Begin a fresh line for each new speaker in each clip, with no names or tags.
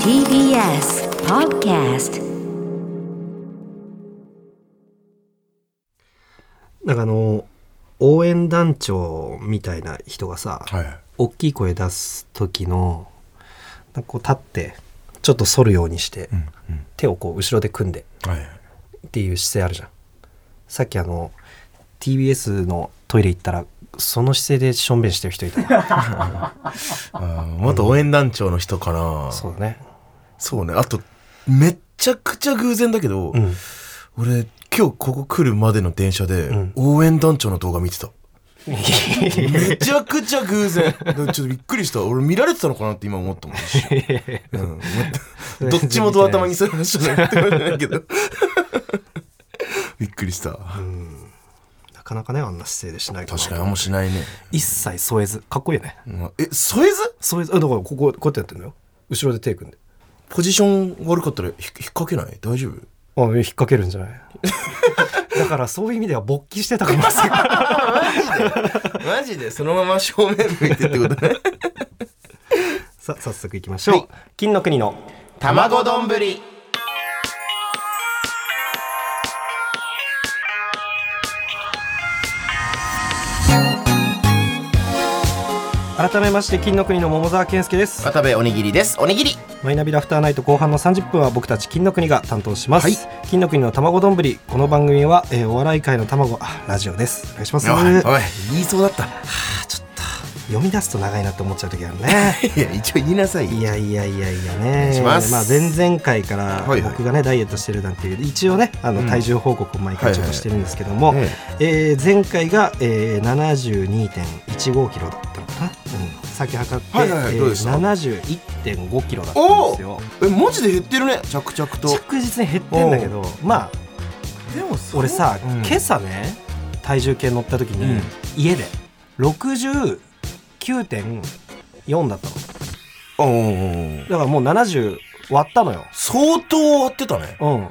TBS Podcast
なんかあの応援団長みたいな人がさ、
はい。
大きい声出す時のなんかこう立ってちょっと反るようにして、
うん。うん
手をこう後ろで組んで
はい。
っていう姿勢あるじゃんさっきあの TBS のトイレ行ったらその姿勢でしょんべんしてる人いた わ
あー元応援団長の人かな。
そうだね
そうね。あと、めっちゃくちゃ偶然だけど、
うん
俺、今日ここ来るまでの電車で、
ん
応援団長の動画見て た。めちゃくちゃ偶 然。だからちょっとびっくりした。俺見られてたのかなって今思ったもん。一瞬 うん全くどっちもドア玉にする話じゃないって言われない けど。びっくりした。
なかなかねあんな姿勢でしない
確かにあんましないね。
一切添えずかっこいいよね
うんえ、添えず
添えずあだからこここうやってやってるのよ後ろで手組んで
ポジション悪かったらひ引っ掛けない大丈夫
あ引っ掛けるんじゃない だからそういう意味では勃起してたかもしれない
マジでそのまま正面向いてってことね。
さあ早速いきましょう、金の国の
卵丼ぶり。
改めまして金の国の桃沢健介です
渡部おにぎりです。おにぎり。
マイナビラフターナイト後半の30分は僕たち金の国が担当します、金の国の卵丼ぶりこの番組は、えーお笑い界の卵あラジオですお願いしますあ
おい、言いそうだった。
ちょっと読み出すと長いなって思っちゃう時あるね
いや、一応言いなさい。
いやいやいやいや
願い
ね
します
あ、前々回から
はいはい
僕がね、ダイエットしてるなんていう一応ねあの
うん
体重報告を毎回ちょっとしてるんですけども、
はいはい
えー前回が、えー、72.15キロだったのかな、うん、先測って、
はいはいはい
えー
どうでした
71.5キロだったんですよ
え、マジで減ってるね。着々と。
着実に減ってんだけどまあ
でもそ
俺さ、
うん
今朝ね体重計乗った時に、
うん
家で69.4だったの
うんうんうん
だからもう70割ったのよ
相当終わってたね。
うん、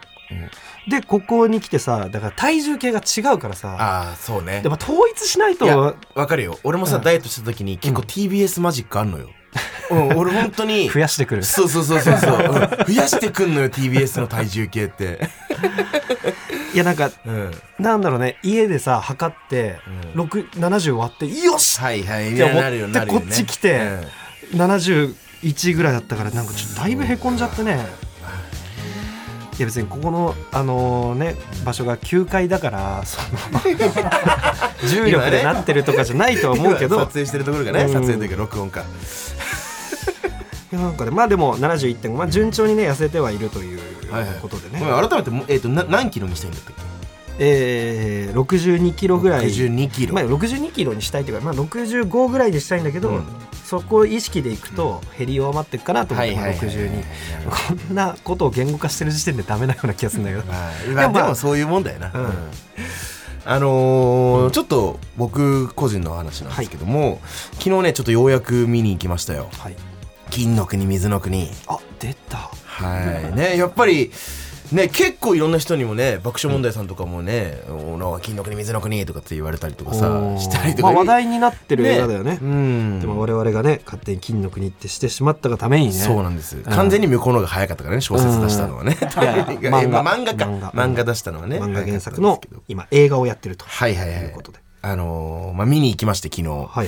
でここに来てさだから体重計が違うからさ
ああ、そうね
やっ。ぱ統一しないと
いやわかるよ。俺もさ、
うん
ダイエットした時に結構 TBS マジックあんのよ。うん、俺本当に。
増やしてくる
そうそうそうそうそう、うん増やしてくんのよ TBS の体重計って、
いやなんか
うん、
なんだろうね家でさ測って、
うん
6 70割ってよし
はいはい
いや
なるよなるよ、ね、
こっち来て
うん
71ぐらいだったからなんかちょっとだいぶへこんじゃってねいや別にここの、あのね、場所が9階だからその 重力でなってるとかじゃないとは思うけど、
今撮影してるところがね、
うん
撮影というか録音か
いやなんかねまあでも71.5、まあ、順調にね痩せてはいるという
はいはい
ことでね、
ごめん改めても、えー、とな何キロにしたいんだったっけ
えー、62キロぐらい
62キロ、
まあ、62キロにしたいというか、まあ、65ぐらいにしたいんだけど、
うん
そこを意識でいくと減り弱まっていくかなと思っ
は
て、
い
ま
は
あ
いはい
62こんなことを言語化してる時点でダメなような気がするんだけど
まあ
で
で
も
も
まあ
そういうもんだよな、
うん
あのーちょっと僕個人の話なんですけども、昨日ねちょっとようやく見に行きましたよ
はい
金の国水の国
あ出た
はいねやっぱりね結構いろんな人にもね爆笑問題さんとかもね「おの金の国水の国」とかって言われたりとかさしたりとか、
まあ、話題になってる映画だよね
うん
でも我々がね勝手に金の国ってしてしまったがためにね
そうなんです、完全に向こうの方が早かったからね小説出したのはね、
い やいや漫
漫
画
画漫画か
漫画
漫画出したのはね
漫画原作
早
の
かったんですけど
今映画をやってると
はいはいはい
いうことで
あのーまあ、見に行きまして昨日、
はいはい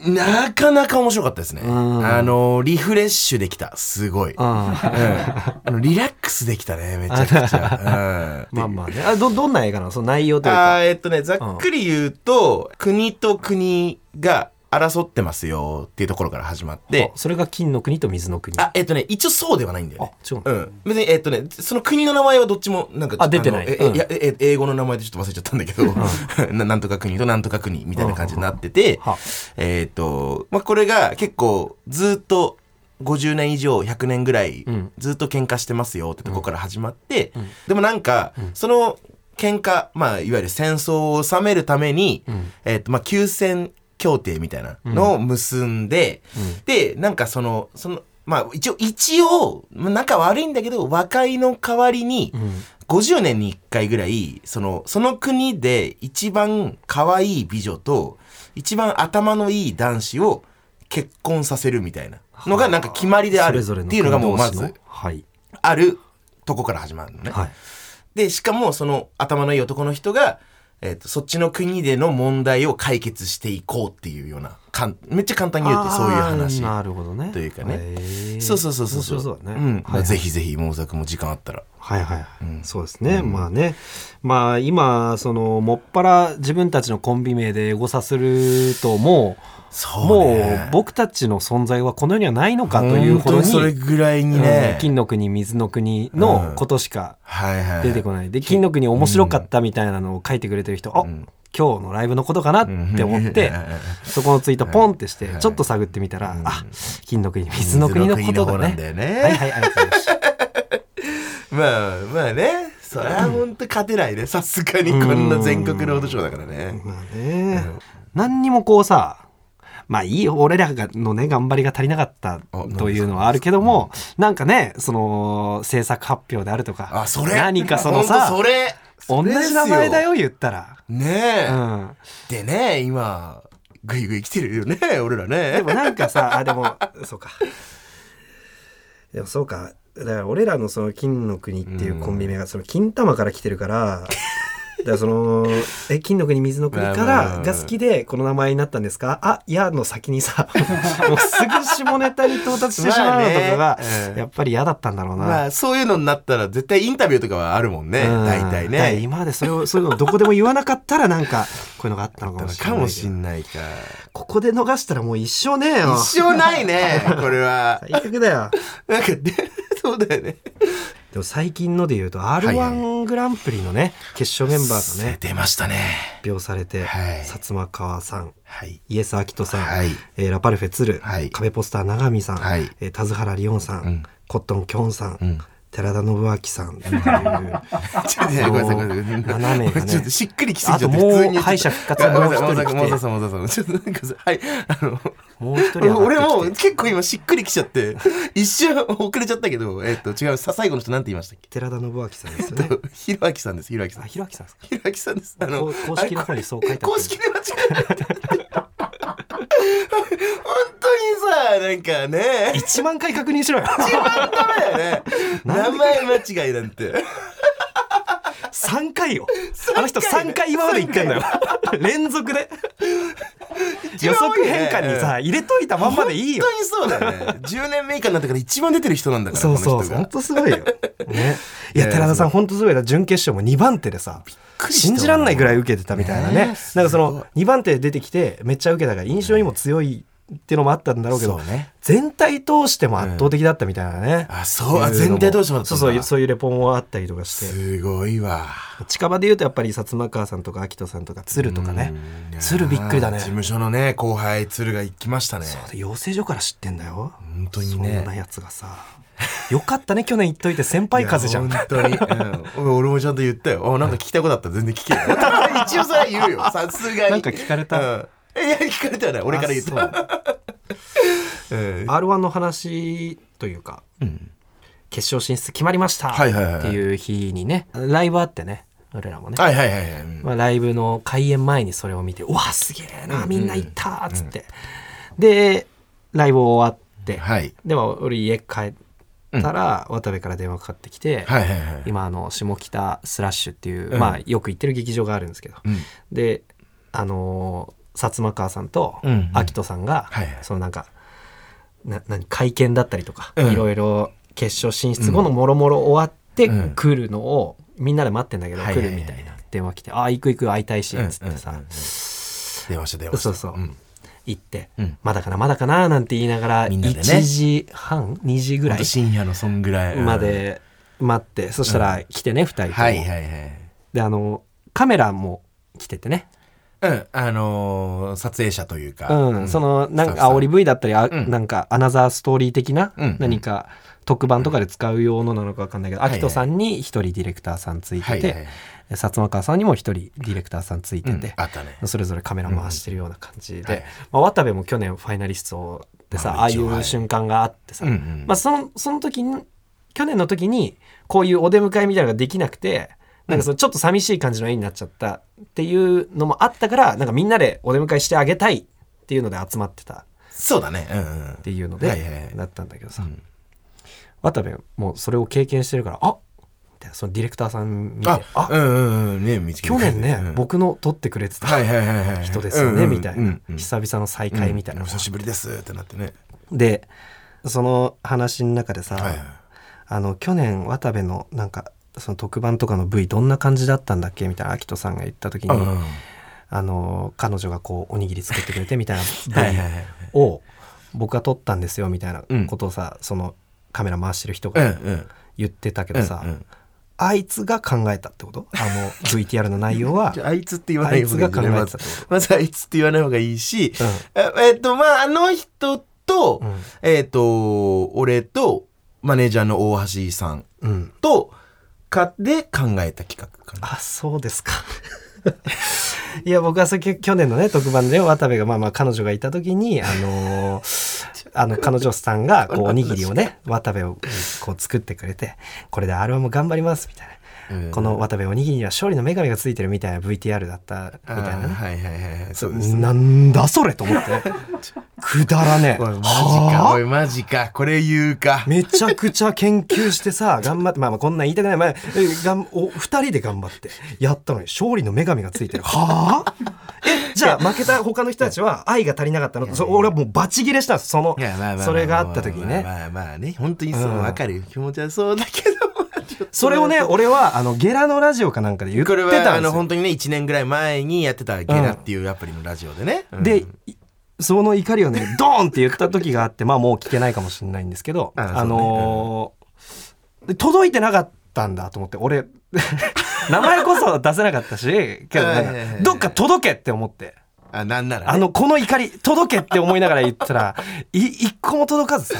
なかなか面白かったですね、
うん
あのーリフレッシュできたすごい、うん、あ
あ
のリラックスできた ねめちゃくちゃ、
ーまあまあねあどどんな映画なのその内容
あ
というか
ーえっとねざっくり言うと、国と国が争ってますよっていうところから始まって
あそれが金の国と水の国
あえっとね一応そうではないんだよ
あ
ね
違うの
うん、別にえっ、とねその国の名前はどっちもなんか
あ出てない
あのえ
うん
いやえ英語の名前でちょっと忘れちゃったんだけど、 ななんとか国となんとか国みたいな感じになってて、
は
えっ、と、まあ、これが結構ずっと50年以上100年ぐらい
うん
ずっと喧嘩してますよってとこから始まって、
うん
でもなんかその喧嘩まあいわゆる戦争を収めるために、
うん
えっとまあ、休戦協定みたいなのを結んで、でなんかそのそのまあ一応一応まあ仲悪いんだけど和解の代わりに、
うん
50年に1回ぐらいそのその国で一番可愛い美女と一番頭のいい男子を結婚させるみたいなのがなんか決まりである
それぞれ
っていうのがもうま
国同士の
ず
はい
あるとこから始まるのね。
はい
でしかもその頭のいい男の人が、えー、とそっちの国での問題を解決していこうっていうようなかんめっちゃ簡単に言うとそういう話
あーなるほどね
というかね
へー
そうそうそうそう
面白そうだね、
ん
はいはい
ぜひぜひ毛作も時間あったら
はいはいはい、
うん
そうですね、まあねまあ今そのもっぱら自分たちのコンビ名でエゴサするともう
そ
もう僕たちの存在はこの世にはないのかというほ
本
どに
当にそれぐらいに
う
ね
ん、金の国水の国のことしか
はいはい
出てこないで金の国面白かったみたいなのを書いてくれてる人、あ
ん
今日のライブのことかなって思って、
うん
そこのツイートポンってして、
はい
ちょっと探ってみたら、あ金の国水の国のことだね。
水の国の方なんだよね
はいはいありがとうございました
まあまあねそれは本当勝てないねさすがにこんな全国ロードショーだからね
まあね、何にもこうさまあいいよ俺らがのね頑張りが足りなかったというのはあるけどもなんかねその制作発表であるとか
あそれ
何かその
本
さ
当それ
同
それです
じ名前だよ言ったら。
ねえ、
うん、
でね今グイグイ来てるよね 俺ら
で
ね
もなんかさ あでもそうかでもそうかだから俺らのその金の国っていうコンビ名がその金玉から来てるから。だからそのえ金の国水の国か
まあまあまあ
ら
まあ
が好きでこの名前になったんですかあいやの先にさ もうすぐ下ネタに到達してしまうのとか
まあ
が
ねうん
やっぱり嫌だったんだろうな、
まあそういうのになったら絶対インタビューとかはあるもんね
うん
大
だ
体
から
ね
今までそれをそういうのをどこでも言わなかったらなんかこういうのがあったのかもしれない
かもし
けど
んないか
ここで逃したらもう一生ねえよ
一生ないねこ れは
最悪だよ
なんかで そうだよね
でも最近ので言うと
いはい
R1 グランプリのね決勝メンバーがね
出ましたね
発表されて、
はい
薩摩川さん
はい
イエス・アキトさん、
はい
えーラパルフェ・ツル、
はい
壁ポスター永見さん、
はい
えー田津原リオンさん、
ん
コットン・キョンさん、
ん
寺田信明さ んっていう
ちょっとねごめんなさいごめんなさ
斜
い
めがね
ちょっとしっくりきすぎちゃって
あともう
普通に
敗者復活は
も
も
う
う一
一人
人来て
もうさんもうさんもうさんちょっとなんかさはいあの
もう一人上がってきて
俺も結構今しっくりきちゃって 一瞬遅れちゃったけどえっと違うさ最後の人なんて言いましたっけ
寺田信明さんですよね
ひろあきさんですひろあきさん
あひろあきさんですか
ひろあきさんです。あ
こう公式の方にそう書いてあ
あ
った
れこれ公式で間違えない。本当にさ、なんかね、
1万回確認 しろよ
ダメだよね。名前間違いなんて。
3回よあの人3回今まで言ってんだよ 連続で予測変換にさ入れといたまんまでいい
本
よ
当にそうだよ ね。10年目以下になってから一番出てる人なんだから、
そうそう
この人が
本当すごいよ。ね。 い
いやい
や
や
寺田さん本当すごいな準決勝も2番手でさ
くりした
信じらんないぐらい受けてたみたいなね
ね
な
え
んか
すごい
その2番手で出てきてめっちゃ受けたから印象にも強いっていうのもあったんだろうけど、
そうね
全体通しても圧倒的だったみたいなね、
あそうあ
いの
全体通してもだった
そ
ん
う
だ
そうそういうレポもあったりとかして
すごいわ。
近場で言うとやっぱり薩摩川さんとか秋人さんとか鶴とかね鶴びっくりだね
事務所のね、後輩、鶴が行きましたね。
そうだ養成所から知ってんだよ
本当に
そんな
ね。
やつがさよかったね去年言っといて先輩風じゃん
いや本当に、うん俺もちゃんと言ったよあなんか聞きたいことあったら全然聞け よ一応それは言うよさすがに
なんか聞かれた
うんいや聞かれたよね俺から言った
あそう
うん
R1 の話というか、決勝進出決まりましたっ
はいはいはいはい
ていう日にね、ライブあってね、俺らもね、
はいはいはいはいうん
まあ、ライブの開演前にそれを見て、うわ、すげえな、みんな行ったーっつって、で、ライブ終わって、
はい
でも俺家帰ったら、渡部から電話かかってきて、
はいはいはい
今あの下北スラッシュっていう、
うん
まあよく行ってる劇場があるんですけど、
うん
であのー薩摩川さんと
うんうん
秋人さんが、
はいはい
そのなんかな何会見だったりとか、
うん
いろいろ決勝進出後のもろもろ終わって
うん
来るのを、みんなで待ってんだけど、
はいはい
来
はい
るみたいな電話来て「ああ行く行く会いたいし」
うん
つってさ、
うんうん電話した電話した
そうそう、
ん
行って、
うん
まだかなまだかな」なんて言いながら
みんなでね
1時半、2時ぐ
ほ
ら
んと
い
深夜のそんぐらいうん
まで待って、そしたら来てね2人とも。
はいはいはい
であのカメラも来ててね、
うんあのー撮影者というか
うん、そのなんか煽り V だったりあ、なんかアナザーストーリー的な
うん
何か特番とかで使う用のなのか分かんないけど、
はい
アキトさんに一人ディレクターさんついてて、
はいはい
薩摩川さんにも一人ディレクターさんついてて
あ、ったね
それぞれカメラ回してるような感じで、
はい
まあ、渡部も去年ファイナリストでさ、
ま
あ
あ
あ、
一
い
応はいう
瞬間があってさ、
うんうん
まあ、そのその時に去年の時にこういうお出迎えみたいなのができなくてなんかそのちょっと寂しい感じの絵になっちゃったっていうのもあったからなんかみんなでお出迎えしてあげたいっていうので集まってた
そうだね。うんうん。
っていうの
はいはいは
で
い
なったんだけど
う
さ、
ん
渡部もうそれを経験してるからあみたいなそのディレクターさん見て
あ
あ、
うんうんうん。ね、見つけて
去年ね、
うん
僕の撮ってくれて
は
た
いはいはいはい。
人ですよね、
うんうん
みたい
うん
な、
うん
久々の再会みたいな、
うんお久しぶりですってなってね。
でその話の中でさ、
はいはい。
あの去年渡部のなんかその特番とかの V どんな感じだったんだっけみたいな秋人さんが言った時に、
うんうん
あの彼女がこうおにぎり作ってくれてみたいな
はい はい
V
はい。
を僕が撮ったんですよみたいなことをさ、そのカメラ回してる人
うんう
が
ん。
言ってたけどさ、
うんうん
あいつが考えたってことあの VTR の内容は
じゃああいつって言わない方がいい
あいつが考えてた
まずまずあいつって言わない方がいいし、
うん
ええっと、まあ、あの人と、
うん
えっと、俺と、マネージャーの大橋さん
うん
と、か、で考えた企画かな。
あそうですか いや僕はそれ去年のね特番で渡部がまあまあ彼女がいた時にあの ーあの彼女さんがこうおにぎりをね渡部をこう作ってくれてこれで R1 も頑張りますみたいな。
うん
この渡部おにぎりには勝利の女神がついてるみたいな VTR だったみたいな
あ
ね
ーはいはいはいはい。そうですね。
なんだそれと思って くだらねえ
おいマジか、
は
おいマジか、これ言う
あ。
か
めちゃくちゃ研究してさ 頑張ってまあまあこんなん言いたくない、まあ、えがんお二人で頑張ってやったのに勝利の女神がついてるはあえじゃあ負けた他の人たちは愛が足りなかったのそう俺はもうバチギレしたんですその
いやまあまあまあ
それがあった時にね
まあまあまあね、本当にそう
うん
わかるよ気持ちはそうだけど。ちょっと
それをね俺はあのゲラのラジオかなんかで言って
これ
たん
はあ
です
の
よ
本当にね1年ぐらい前にやってた「ゲラ」っていうアプリのラジオでね、うん
で、いその怒りをね、ド ーンって言った時があって、まあもう聞けないかもしれないんですけど、
ああそうね
あのーで届いてなかったんだと思って、俺、 名前こそ出せなかったし、けどなん
はいはいはいは
か、
い
どっか届けって思って、
あなんなら、ね、
あの、この怒り、届けって思いながら言ったら、い一個も届かずさ、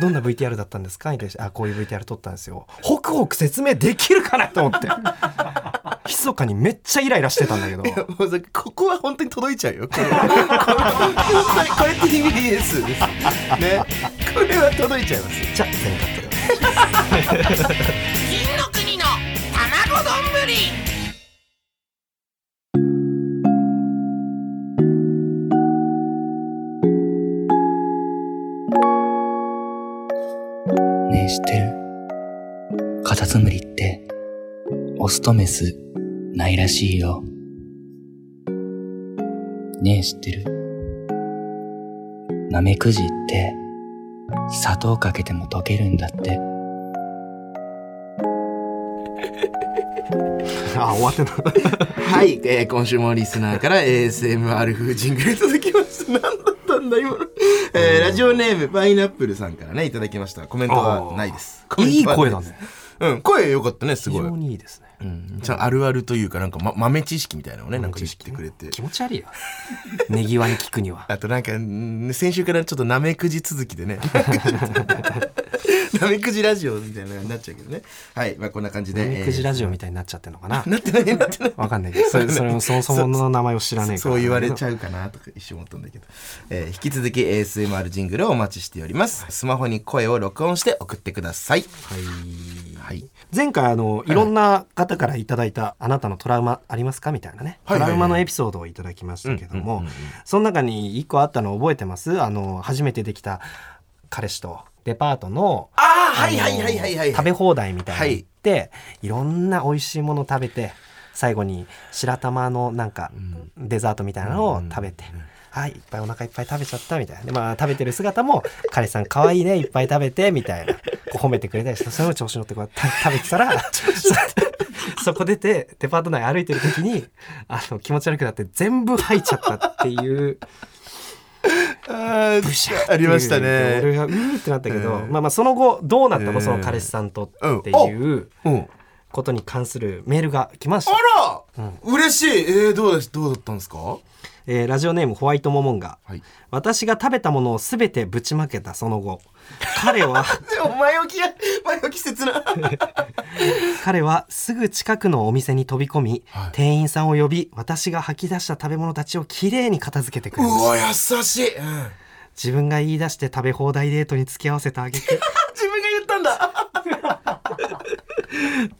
どんな VTR だったんですかに対して、あ、こういう VTR 撮ったんですよ。ホクホク説明できるかなと思 って、密かにめっちゃイライラしてたんだけど。
もうさここは本当に届いちゃうよこれこれこれって TBS ですねこれは届いちゃいます
じゃあ、全カットで。
金の国の卵丼ぶり
ねえ知ってるカタツムリって、オスとメス、ないらしいよ。ねえ知ってるナメクジって、砂糖かけても溶けるんだって。
あ、終わってた。
はい、えー今週もリスナーから ASMR 風ジングルいただきました。 何だったんだ、今の。えーラジオネーム、パイナップルさんからね、いただきました。コメントはないです。コメン
いい
トは
声
な
だ
です
ね。
うん、声良かったね、す
非
ごい。
常にいいですね。
うん、ちゃんとあるあるというか、なんか、ま、豆知識みたいなのをね、なんか言ってくれて。
気持ち悪いよ。ねぎわに聞くに は。
あとなんか、うん先週からちょっとなめくじ続き でね。なめくじラジオみたいなのになっちゃうけどね。はい、まあこんな感じで。
ねみくじラジオ
え
みたいになっちゃってるのか な
ー。なってない、なってない。
わかんないけど、それ、それもそもそもの名前を知らねえから。
そう言われちゃうかな とか一瞬思ったんだけど、えー引き続き ASMR ジングルをお待ちしておりますスマホに声を録音して送ってくださいはい、はい、
前回、あの、いろんな方からいただいた、あなたのトラウマありますかみたいなね。
は
ト
いはいはい
ラウマのエピソードをいただきましたけど
う
も
んうんうんうん、
その中に一個あったの覚えてますあの、初めてできた彼氏と、デパートの、
ああはいはいはいはいはい
食べ放題みたいな
は
の
い
行って、い、ろんな美味しいもの食べて最後に白玉のなんかデザートみたいなのを食べて、はいいっぱいお腹いっぱい食べちゃったみたいなでまあ食べてる姿も「彼氏さん可愛いねいっぱい食べて」みたいなこう褒めてくれたりしてそれも調子乗ってこうやって食べてたら そこ出てデパート内歩いてる時にあの気持ち悪くなって全部吐いちゃったっていう。
あーありましたね
俺がうーってなったけど、
うん
まあまあその後どうなった
う
の
ん
その彼氏さんとっていう
うん
ことに関するメールが来まし
あ
た。
ら、嬉しいえー、どうだしどうだったんですか
えーラジオネームホワイトモモンガ。
はい
私が食べたものをすべてぶちまけたその 後。彼は、
前置きが前置き切な
彼はすぐ近くのお店に飛び込み、
はい
店員さんを呼び、私が吐き出した食べ物たちをきれいに片付けてく
う
れました。
わ優しい、うん、
自分が言い出して食べ放題デートに付き合わせたあげて、
自分が言ったんだ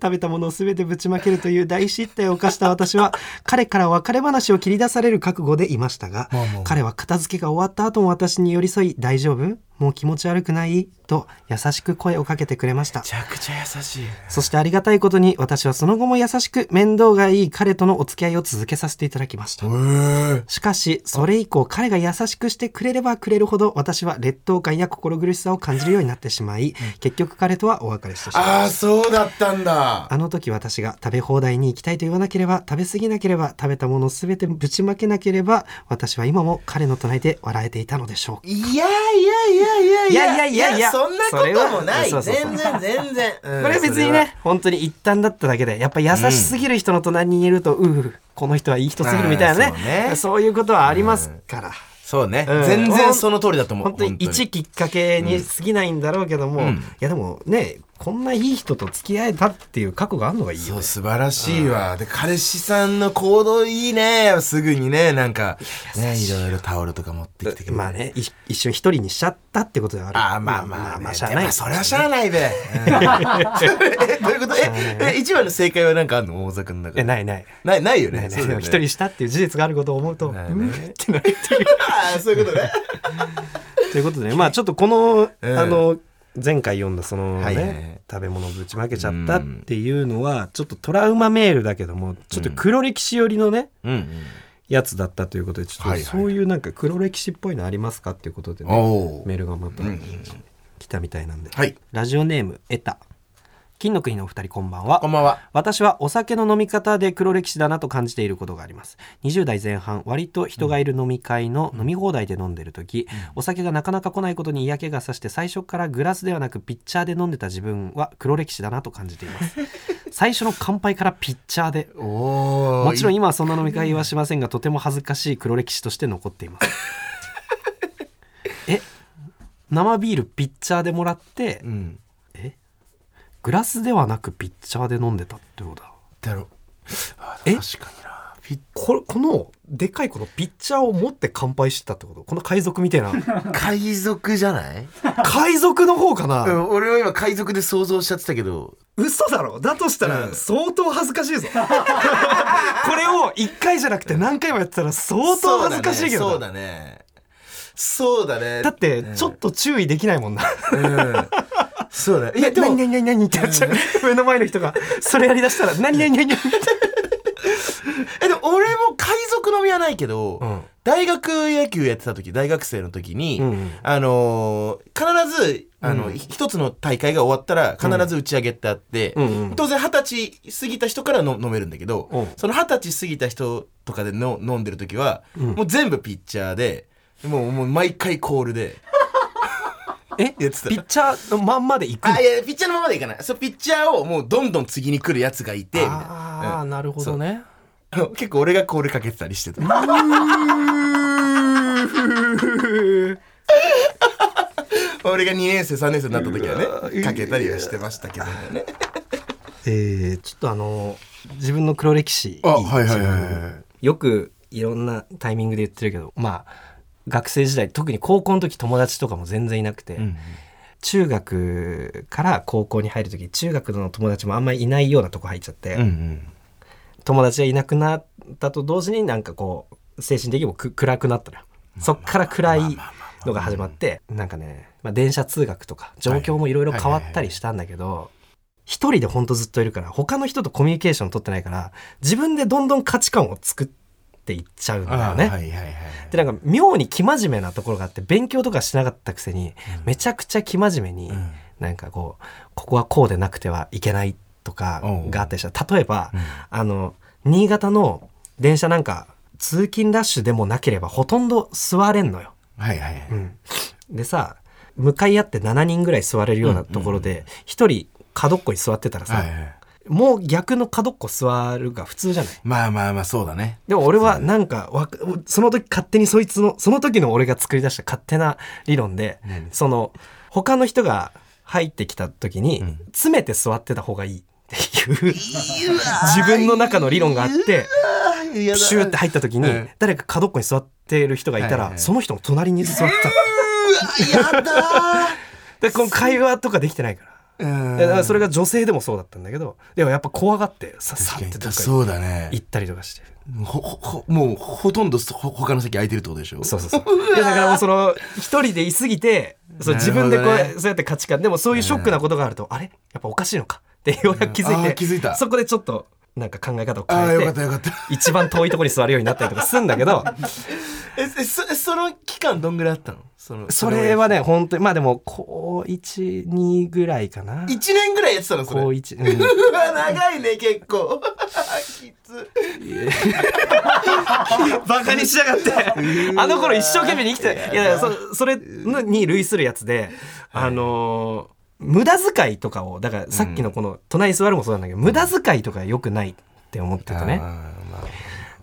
食べたものを全てぶちまけるという大失態を犯した私 は彼から別れ話を切り出される覚悟でいましたが
まあまあまあ
彼は片付けが終わった後も私に寄り添い「大丈夫もう気持ち悪くない?」と優しく声をかけてくれました
ちゃくちゃ優しい。
そしてありがたいことに私はその後も優しく面倒がいい彼とのお付き合いを続けさせていただきました
えー、
しかしそれ以降彼が優しくしてくれればくれるほど私は劣等感や心苦しさを感じるようになってしまい結局彼とはお別れしてしまいました
ああ、そうだったんだ。
あの時私が食べ放題に行きたいと言わなければ食べ過ぎなければ食べたものすべてぶちまけなければ私は今も彼の隣で笑えていたのでしょう
いやいやいやいや
いやいやいやいや
そんなこともない。
それはそうそうそう
全然全然。 こ
これは別にね本当に一旦だっただけでやっぱ優しすぎる人の隣にいると、ううこの人はいい人すぎるみたいな
あー
ね
そ
そうう
ね
いうことはありますから、
そうね、
うん
全然その通りだと思う。
本当に一きっかけに過ぎないんだろうけども、
うん
いやでもねこんないい人と付き合えたっていう過去があるのがいいよ
そう
ね
素晴らしいわ、で彼氏さんの行動いいねすぐにねなんかねいろいろタオルとか持ってきてくれて
まあねい一瞬一人にしちゃったってことではある
あーまあまあ、ね、
まあしゃあない
でもそれはしゃあないべ、うんえ どういうことええ一番の正解はなんかあんの大阪の中
え
で
ないない
ないないよね
ねね
そうだよね
一人したっていう事実があることを思うと、
ね
うんってなるっていう。
ああそういうことね
ということ でね、まあちょっとこの、
うん
あの、前回読んだそのね、
はいはいはい
食べ物ぶちまけちゃったっていうのは、ちょっとトラウマメールだけども、ちょっと黒歴史寄りのね、
うん、
やつだったということで、ちょ
は
っ
い
と
はい
そういうなんか黒歴史っぽいのありますかっていうことでね、
おお
メールがまた来たみたいなんで。
はい
ラジオネーム、エタ。金の国のお二人こんばんは。
こんばんは
私はお酒の飲み方で黒歴史だなと感じていることがあります20代前半割と人がいる飲み会の飲み放題で飲んでる時、お酒がなかなか来ないことに嫌気がさして最初からグラスではなくピッチャーで飲んでた自分は黒歴史だなと感じています最初の乾杯からピッチャーで
おお
もちろん
い
今はそんな飲み会はしませんがとても恥ずかしい黒歴史として残っていますえ生ビールピッチャーでもらって
うん
グラスではなくピッチャーで飲んでたってことだ
だろあ
え
確かになピッ
これこのでかいこのピッチャーを持って乾杯してたってことこの海賊みたいな
海賊じゃない、
海賊の方かな、
うん、俺は今海賊で想像しちゃってたけど
嘘だろだとしたら相当恥ずかしいぞこれを1回じゃなくて何回もやってたら相当恥ずかしいけど
そう
だ
だねそうだね
だってちょっと注意できないもんな
うんそうだねいやでも
何何何何ってなっちゃう目の前の人がそれやりだしたら何何何何って
えでも俺も海賊飲みはないけど、
うん
大学野球やってた時大学生の時に、
うんうん
あのー必ずあの、
うん
一つの大会が終わったら必ず打ち上げってあって、
うんうん
当然二十歳過ぎた人からの飲めるんだけど、
うん
その二十歳過ぎた人とかでの飲んでる時は、もう全部ピッチャーでもうもう毎回コールで。
えピ
やってた
ッチャーのまんまで行くの
あいやピッチャーのままでいかないそうピッチャーをもうどんどん次に来るやつがいてみたいな
あーなるほどね
あの 結構俺がコールかけてたり してた。俺が2年生3年生になった時はねかけたりはしてましたけどね。
えー、ちょっとあの自分の黒歴史よくいろんなタイミングで言ってるけどまあ学生時代特に高校の時友達とかも全然いなくて、中学から高校に入る時中学の友達もあんまりいないようなとこ入っちゃって、友達がいなくなったと同時になんかこう精神的にもく暗くなったらそっから暗いのが始まってなんかね、まあ、電車通学とか状況もいろいろ変わったりしたんだけど一人でほんとずっといるから他の人とコミュニケーション取ってないから自分でどんどん価値観を作っていっちゃうんだよね。
いはいはい。
でなんか妙に生真面目なところがあって勉強とかしなかったくせに、めちゃくちゃ生真面目に、なんかこうここはこうでなくてはいけないとか
おう
があったりした例えば、あの新潟の電車なんか通勤ラッシュでもなければほとんど座れんのよ。
はいはいはい。
でさ向かい合って7人ぐらい座れるようなところで一、人角っこに座ってたらさ、
はいはい
もう逆の角っこ座るが普通じゃない
まあまあまあそうだね。
でも俺はなんかわかその時勝手にそいつのその時の俺が作り出した勝手な理論で
何
その他の人が入ってきた時に
うん
詰めて座ってた方がいいっていう自分の中の理論があってプシューって入った時に
うん
誰か角っこに座ってる人がいた
はいは
ら
い
その 人の隣に座ってた
うわやだー
でこの会話とかできてないから
うん
いやだからそれが女性でもそうだったんだけどでもやっぱ怖がってささ
確
っ
かに
てどっか
そうだね
行ったりとかして
ほほもうほとんどほ他の席空いてるってことでしょ
そう そうそういやだからもうその一人でいすぎてそう
な
自
るほど
分で
ね
こう,、そうやって価値観でもそういうショックなことがあると、あれやっぱおかしいのかってようやく気づい
あ
て
ー気づいた
そこでちょっとなんか考え方を
ああ
変
よか
え
った
て
よかった
一番遠いところに座るようになったりとかするんだけ ど
ええそその期間どんぐらいあったのその
それはね本当にまあでも高12ぐらいかな
1年ぐらいやってたのそれ
高一 うん
うわ長いね結構きつ
バカにしやがってあの頃一生懸命に生きていやいやそそれのに類するやつで、あのー無駄遣いとかをだからさっきのこの「隣に座る」もそうなんだけど、無駄遣いとか良くないって思ってたね。
あーまあ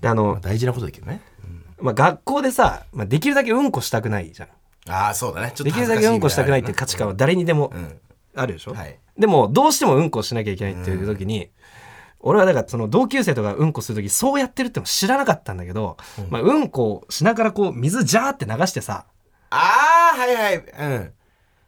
であ
まあ
の、
大事なことだけどね
まあ、学校でさ、まあ、できるだけうんこしたくないじゃん。
ああそうだねちょっと
できるだけうんこしたくないっていう価値観は誰にでも
うん
あるでしょ、
はい
でもどうしてもうんこしなきゃいけないっていう時に、俺はだからその同級生とかうんこする時そうやってるっても知らなかったんだけど、うんまあ、うんこしながらこう水ジャーって流してさ
ああはいはいうん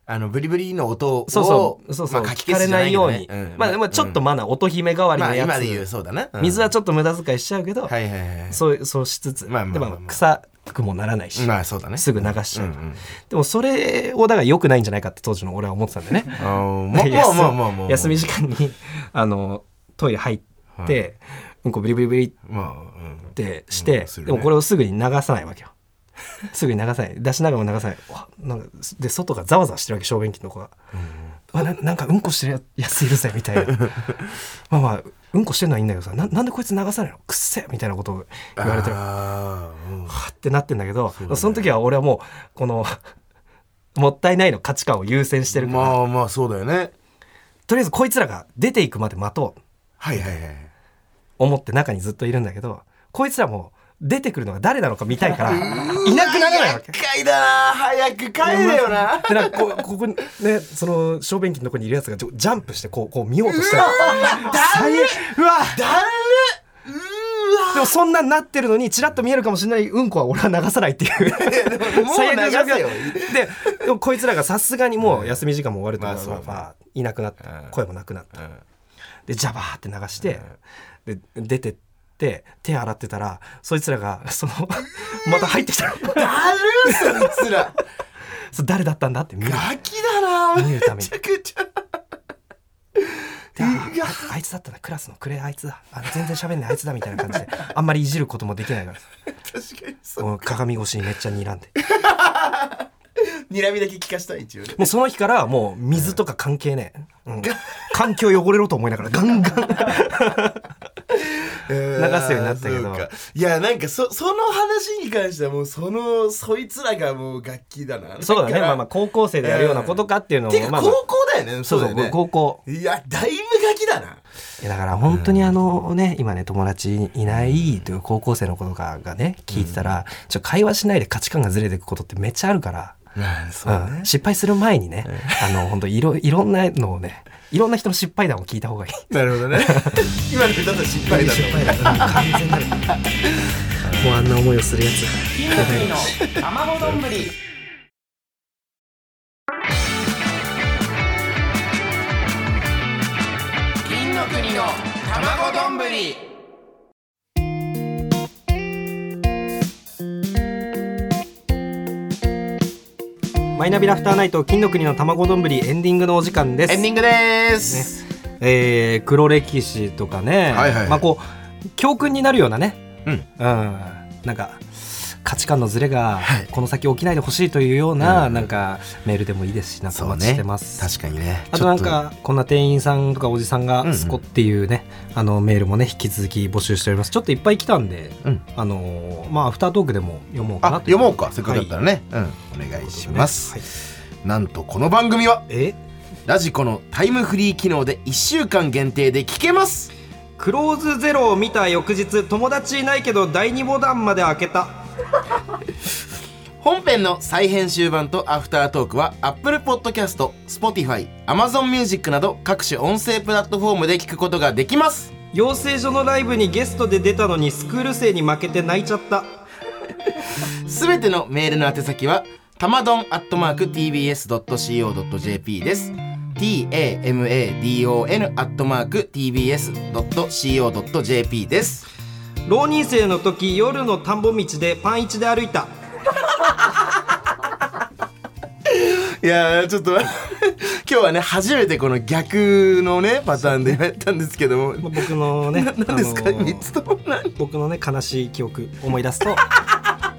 あのブリブリの音を
そうそうそうそう、
まあ、き
聞かれないように、まあで
も
もちょっとまだ乙姫代わり
ま
の
あ
やつ、
今で言うそうだな、うん
水はちょっと無駄遣いしちゃうけど、
はいはいはい
そうそうしつつ、
まあまあまあまあ
でも臭くもならないし、
まあそうだね
すぐ流しちゃう、
うんうん
でもそれをだから良くないんじゃないかって当時の俺は思ってたんだよね
あ ーままあまあまあまあ
休み時間にあのトイレ入って、うんこブリブリブリっ
まあ、うん、
てして、
うんするね
でもこれをすぐに流さないわ けよすぐに流さない出しながらも流さないわなんかで外がざわざわしてるわけ小便器の子が、わななんかうんこしてるやついるぜみたい なまあまあうんこしてるのはいいんだけどさななんでこいつ流さないのくっせえみたいなことを言われてる
あーうん
はってなってんだけどそ,、の時は俺はもうこのもったいないの価値観を優先してるから、
まあまあそうだよね
とりあえずこいつらが出ていくまで待とう
はいはいはい
思って中にずっといるんだけどこいつらも出てくるのが誰なのか見たい からいなくならないわけ。
厄介だな早く帰れよな
でなんかこここにねその小便器のとこにいるやつがジョジャンプしてこうこう見ようとしたら最悪うわ
だるう
でもそんなんなってるのにちらっと見えるかもしれないうんこは俺は流さないっていう
もう
最悪の状況
流せよ
ででもこいつらがさすがにもう休み時間も終わると
まあそう
まあまあいなくなって
うん
声もなくなった
わ
でジャバーって流して、で出てって手洗ってたらそいつらがそのまた入ってきたの
だるそいつら
そう誰だったんだって見る
ガキだな
見
め
るために
ちゃくちゃ
であああいつだったなクラスのクレあいつだあ全然喋んないあいつだみたいな感じで あんまりいじることもできないから
確かにそう
もう鏡越しにめっちゃ睨んで
睨みだけ聞かしたい一応ね
もうその日からもう水とか関係ねえ、うん、環境汚れろと思いながらガン ガン
流す
すようになったけど
いやなんかそその話に関してはもうそのそいつらがもう楽器だな
そうだね
から
まあまあ高校生でやるようなことかっていうのも、
てか
まあ、
高
まあ、
校だよね、
そ
そうう
そ
だ
う
よね
高校
いやだいぶガキだない
やだから本当にあのね、今ね友達いないという高校生の子とかがね聞いてたら、ちょっと会話しないで価値観がずれていくことってめっちゃあるから、
まあそ
うん、失敗する前にね、あの本当いろいろんなのをねいろんな人の失敗談を聞いた方 がいい。
なるほどね今の歌と失敗だと思う
完全なる。もうあんな思いをするやつ。
金の国の卵丼ぶり金の国の卵丼ぶり
マイナビラフターナイト金の国の卵丼ぶりエンディングのお時間です。
エンディングです、
えー黒歴史とかね、
はいはいはい
まあこう教訓になるようなね、
うん
なんか価値観のズレが
はい
この先起きないでほしいというような、
うん
なんかメールでもいいですしなんかお
そう
待ちし
ね
てます。
確かにね
あとなんかこんな店員さんとかおじさん
うんう
が「
ん
スコ」っていうね、あのメールもね引き続き募集しておりますちょっといっぱい来たんで、
うん
あのーまあアフタートークでも読もうか
あ
なとい
読もうかせっかくだったら
ね、
ね、うんお願いします、なんとこの番組は
はいえ
ラジコのタイムフリー機能で1週間限定で聞けます
クローズゼロを見た翌日友達いないけど第2ボタンまで開けた
本編の再編集版とアフタートークは Apple Podcast、Spotify、Amazon Music など各種音声プラットフォームで聞くことができます
養成所のライブにゲストで出たのにスクール生に負けて泣いちゃった
すべてのメールの宛先はたまどん atmarktbs.co.jp です tamadon アットマーク tbs.co.jp です
浪人生の時夜の田んぼ道でパン一で歩いた
いやーちょっと 今日はね初めてこの逆のねパターンでやったんですけども
まあ僕の ね
何ですか、
あのー
三つとも何
僕のね悲しい記憶思い出す と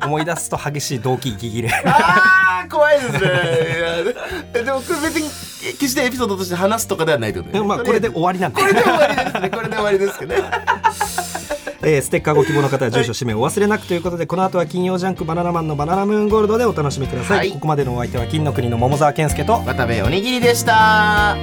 思い出すと激しい動機息切れ
あー怖いですね いやでもこれ別に決してエピソードとして話すとかではないってこと
で
ね
もまあこれで終わりなんで
これで終わりですねこれで終わりですけどね
えーステッカーご希望の方は住所氏名お忘れなくということでこの後は金曜ジャンクバナナマンのバナナムーンゴールドでお楽しみください、
はい
ここまでのお相手は金の国の桃沢健介と
渡部おにぎりでした